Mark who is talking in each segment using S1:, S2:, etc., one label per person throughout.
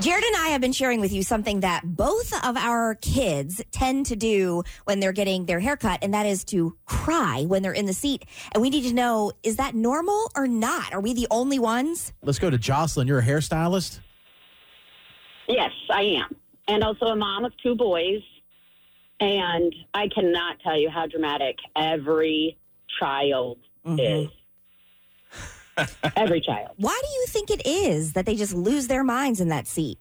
S1: Jared and I have been sharing with you something that both of our kids tend to do when they're getting their haircut, and that is to cry when they're in the seat. And we need to know is that normal or not? Are we the only ones?
S2: Let's go to Jocelyn. You're a hairstylist.
S3: Yes, I am. And also a mom of two boys. And I cannot tell you how dramatic every child
S1: Mm-hmm.
S3: is. every child.
S1: Why do you think it is that they just lose their minds in that seat?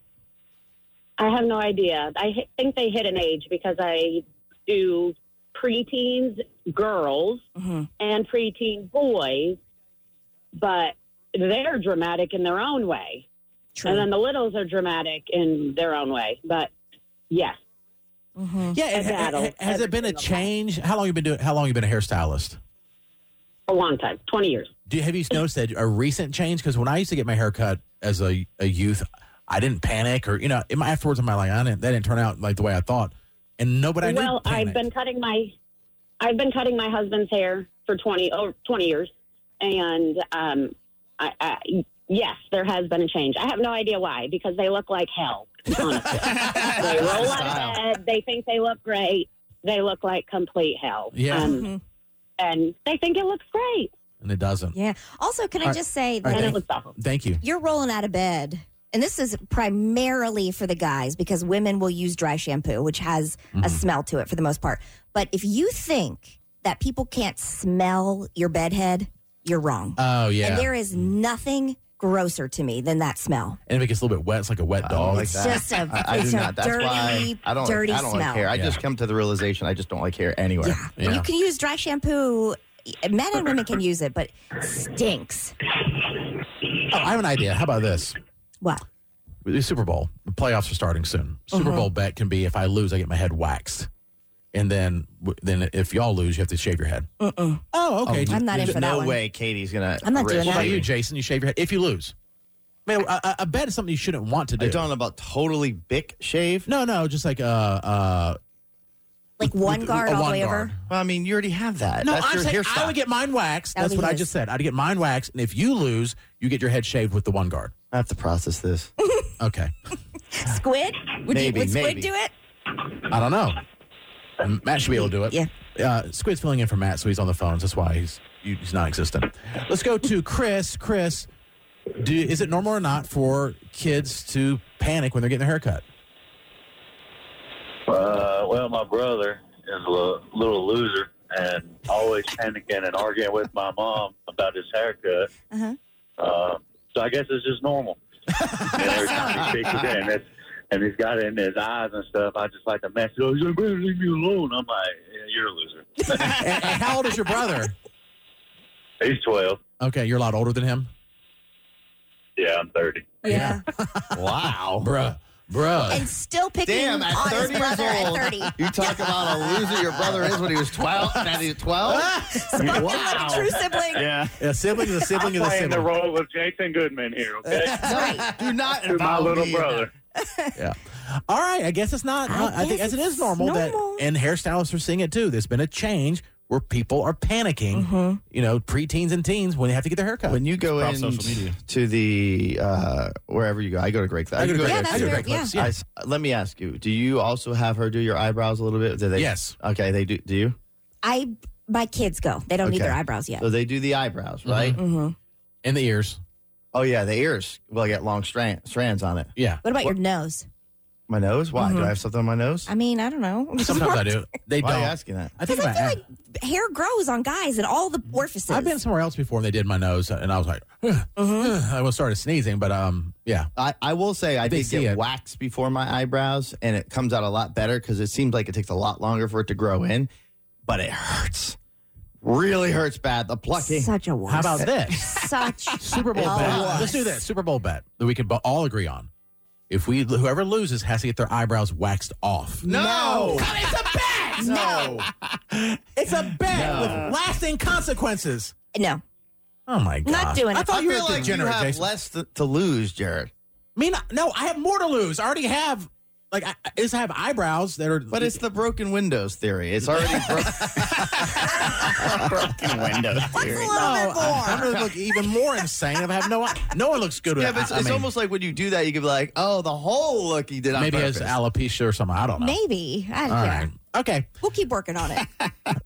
S3: I have no idea. I hi- think they hit an age because I do preteens girls
S1: Mm-hmm.
S3: and preteen boys, but they're dramatic in their own way.
S1: True.
S3: And then the littles are dramatic in their own way. But yes,
S1: Mhm.
S2: Yeah. and-
S3: I battle
S2: and- has
S3: every
S2: it been a
S3: single time.
S2: change? How long you been doing? How long you been a hairstylist?
S3: a long time, 20 years.
S2: Do you, have you noticed that a recent change? Because when I used to get my hair cut as a, a youth, I didn't panic or you know in my, afterwards I'm like I didn't that didn't turn out like the way I thought, and nobody I knew
S3: well, I've
S2: panicked.
S3: been cutting my I've been cutting my husband's hair for 20 over 20 years and um I, I yes, there has been a change. I have no idea why because they look like hell. Honestly. they roll out of bed, they think they look great. They look like complete hell.
S2: Yeah.
S3: Um,
S1: Mhm.
S3: and they think it looks great.
S2: and it doesn't.
S1: Yeah. Also, can I
S2: All
S1: just say
S2: all
S1: that
S2: right,
S3: and
S2: thank-
S3: it looks awful.
S2: Thank you.
S1: you're rolling out of bed, and this is primarily for the guys because women will use dry shampoo, which has
S4: Mm-hmm.
S1: a
S2: Mhm.
S1: smell to it for the most part. But if you think that people can't smell your bedhead, you're wrong.
S4: Uh,
S2: Oh yeah.
S1: And there is nothing grosser to me than that smell.
S2: And if it gets a little bit wet, it's like a wet
S4: I
S2: dog.
S4: don't like
S1: It's
S4: that.
S1: just a-
S4: I, I
S1: it's
S4: do
S1: a
S4: not. That's why
S1: dirty,
S4: I don't.
S1: dirty
S4: I don't
S1: smell.
S4: like hair. I
S2: Yeah.
S4: just come to the realization I just don't like hair anywhere.
S1: Yeah.
S2: Yeah.
S1: You can use dry shampoo. Men and women can use it, but it stinks.
S2: Oh, I have an idea. How about this?
S1: What?
S2: The Super Bowl the playoffs are starting soon. Super
S1: Mhm.
S2: Bowl bet can be if I lose, I get my head waxed, and then w- then if y'all lose, you have to shave your head.
S1: Mm-mm.
S2: Oh, okay.
S1: Uh-uh. I'm not in
S4: There's
S1: for that
S4: no
S1: one.
S4: way Katie's gonna.
S1: I'm not doing
S4: risk
S2: What about
S1: that.
S2: you,
S4: shaving.
S2: Jason? You shave your head if you lose. Man, I, I- I bet it's something you shouldn't want to
S4: Are
S2: do.
S4: you talking about totally bic shave?
S2: No, no, just like uh, uh,
S1: Like
S2: with-
S1: one
S2: with-
S1: guard
S2: a
S1: all the
S2: one
S1: way
S2: guard.
S1: over?
S4: Well, I mean, you already have that.
S2: No,
S4: That's
S2: I'm
S4: your
S2: saying
S4: hairstyle.
S2: I would get mine waxed.
S1: That'll
S2: That's
S1: be
S2: what I
S1: his.
S2: just said. I'd get mine waxed, and if you lose, you get your head shaved with the one guard.
S4: I have to process this.
S2: Okay,
S1: Squid? Would,
S4: Maybe,
S1: you, would Squid
S4: maybe.
S1: do it?
S2: I don't know. M- Matt should be able to do it.
S1: Yeah.
S2: Uh, Squid's filling in for Matt, so he's on the phones. That's why he's you- he's non-existent. Let's go to Chris. Chris, do, is it normal or not for kids to panic when they're getting their haircut?
S5: Uh, well, my brother is a lo- little loser and always panicking and arguing with my mom about his haircut.
S1: Uh-huh.
S5: Uh, so I guess it's just normal. and every time he shakes his head and, it's, and he's got it in his eyes and stuff, I just like to mess. He goes, "You better leave me alone." I'm like, yeah, "You're a loser."
S2: and, and how old is your brother?
S5: He's 12.
S2: Okay, you're a lot older than him.
S5: Yeah, I'm 30.
S2: Yeah.
S4: Wow.
S2: Bruh, bruh.
S1: And still picking
S4: Damn, at
S1: on his
S4: 30 years
S1: brother at
S4: old,
S1: 30.
S4: you talk about a loser your brother is when he was 12. Now he's 12?
S1: Spoken like a true sibling.
S5: Yeah,
S2: a sibling is a sibling is a
S5: playing the
S2: sibling.
S5: role of Jason Goodman here. Okay,
S1: Right.
S4: Do not
S5: to my
S4: involve
S5: little
S4: me in that.
S5: brother.
S2: Yeah. All right. I guess it's not.
S1: I
S2: I, I think
S1: guess
S2: as it
S1: it's
S2: is normal,
S1: normal.
S2: that and hairstylists are seeing it too. There's been a change where people are panicking.
S1: Mm-hmm.
S2: You know, preteens and teens when they have to get their haircut.
S4: When you go
S2: Across
S4: in
S2: social media.
S4: to the uh, wherever you go, I go to Great Clips.
S2: I go to Great
S1: Yeah,
S2: Clips.
S1: that's
S2: I go to
S1: where-
S2: Great Clips.
S4: I s- let me ask you: Do you also have her do your eyebrows a little bit? Do they?
S2: Yes.
S4: Okay, they do. Do you?
S1: I, my kids go. They don't need
S4: Okay.
S1: their eyebrows yet.
S4: So they do the eyebrows,
S2: Mm-hmm.
S4: right?
S1: hmm
S2: In the ears.
S4: Oh yeah, the ears will get long strand, strands on it.
S2: Yeah.
S1: What about your nose?
S4: My nose? Why?
S2: Mm-hmm.
S4: Do I have something on my nose?
S1: I mean, I don't know.
S2: Sometimes I do. They
S4: Why are you
S2: don't.
S4: asking that?
S2: I think
S1: Because I
S2: about
S1: feel
S2: it.
S1: like hair grows on guys in all the orifices.
S2: I've been somewhere else before and they did my nose and I was like, I almost started sneezing, but um, yeah.
S4: I, I will say I
S2: They
S4: did
S2: see
S4: get
S2: it.
S4: wax before my eyebrows, and it comes out a lot better because it seems like it takes a lot longer for it to grow in, but it hurts. Really hurts bad. The plucking.
S1: Such a wuss.
S2: How about this?
S1: Such
S2: Super Bowl
S1: a
S2: bet.
S1: wuss.
S2: Let's do that. Super Bowl bet that we can bo- all agree on. If we whoever loses has to get their eyebrows waxed off.
S4: No.
S2: God, it's a bet.
S4: No.
S2: It's a bet
S4: No.
S2: with lasting consequences.
S1: No.
S2: Oh my god!
S1: Not doing
S2: I
S1: it.
S2: thought
S4: I
S2: you were
S4: feel
S2: a
S4: like you
S2: degenerate,
S4: have
S2: Jason.
S4: less to, to lose, Jared.
S2: Me not- no, I have more to lose. I already have Like I, I just have eyebrows that are.
S4: But it's the broken windows theory. It's already broken windows
S1: It's a
S4: theory.
S1: little bit more.
S2: I'm going to look even more insane if I have no. No one looks good.
S4: Yeah,
S2: with-
S4: but it's,
S2: I
S4: it's
S2: mean,
S4: almost like when you do that, you could be like, "Oh, the whole look he did on
S2: maybe it
S4: purpose."
S2: has alopecia or something. I don't know.
S1: Maybe. I,
S2: All
S1: yeah.
S2: right. Okay.
S1: We'll keep working on it.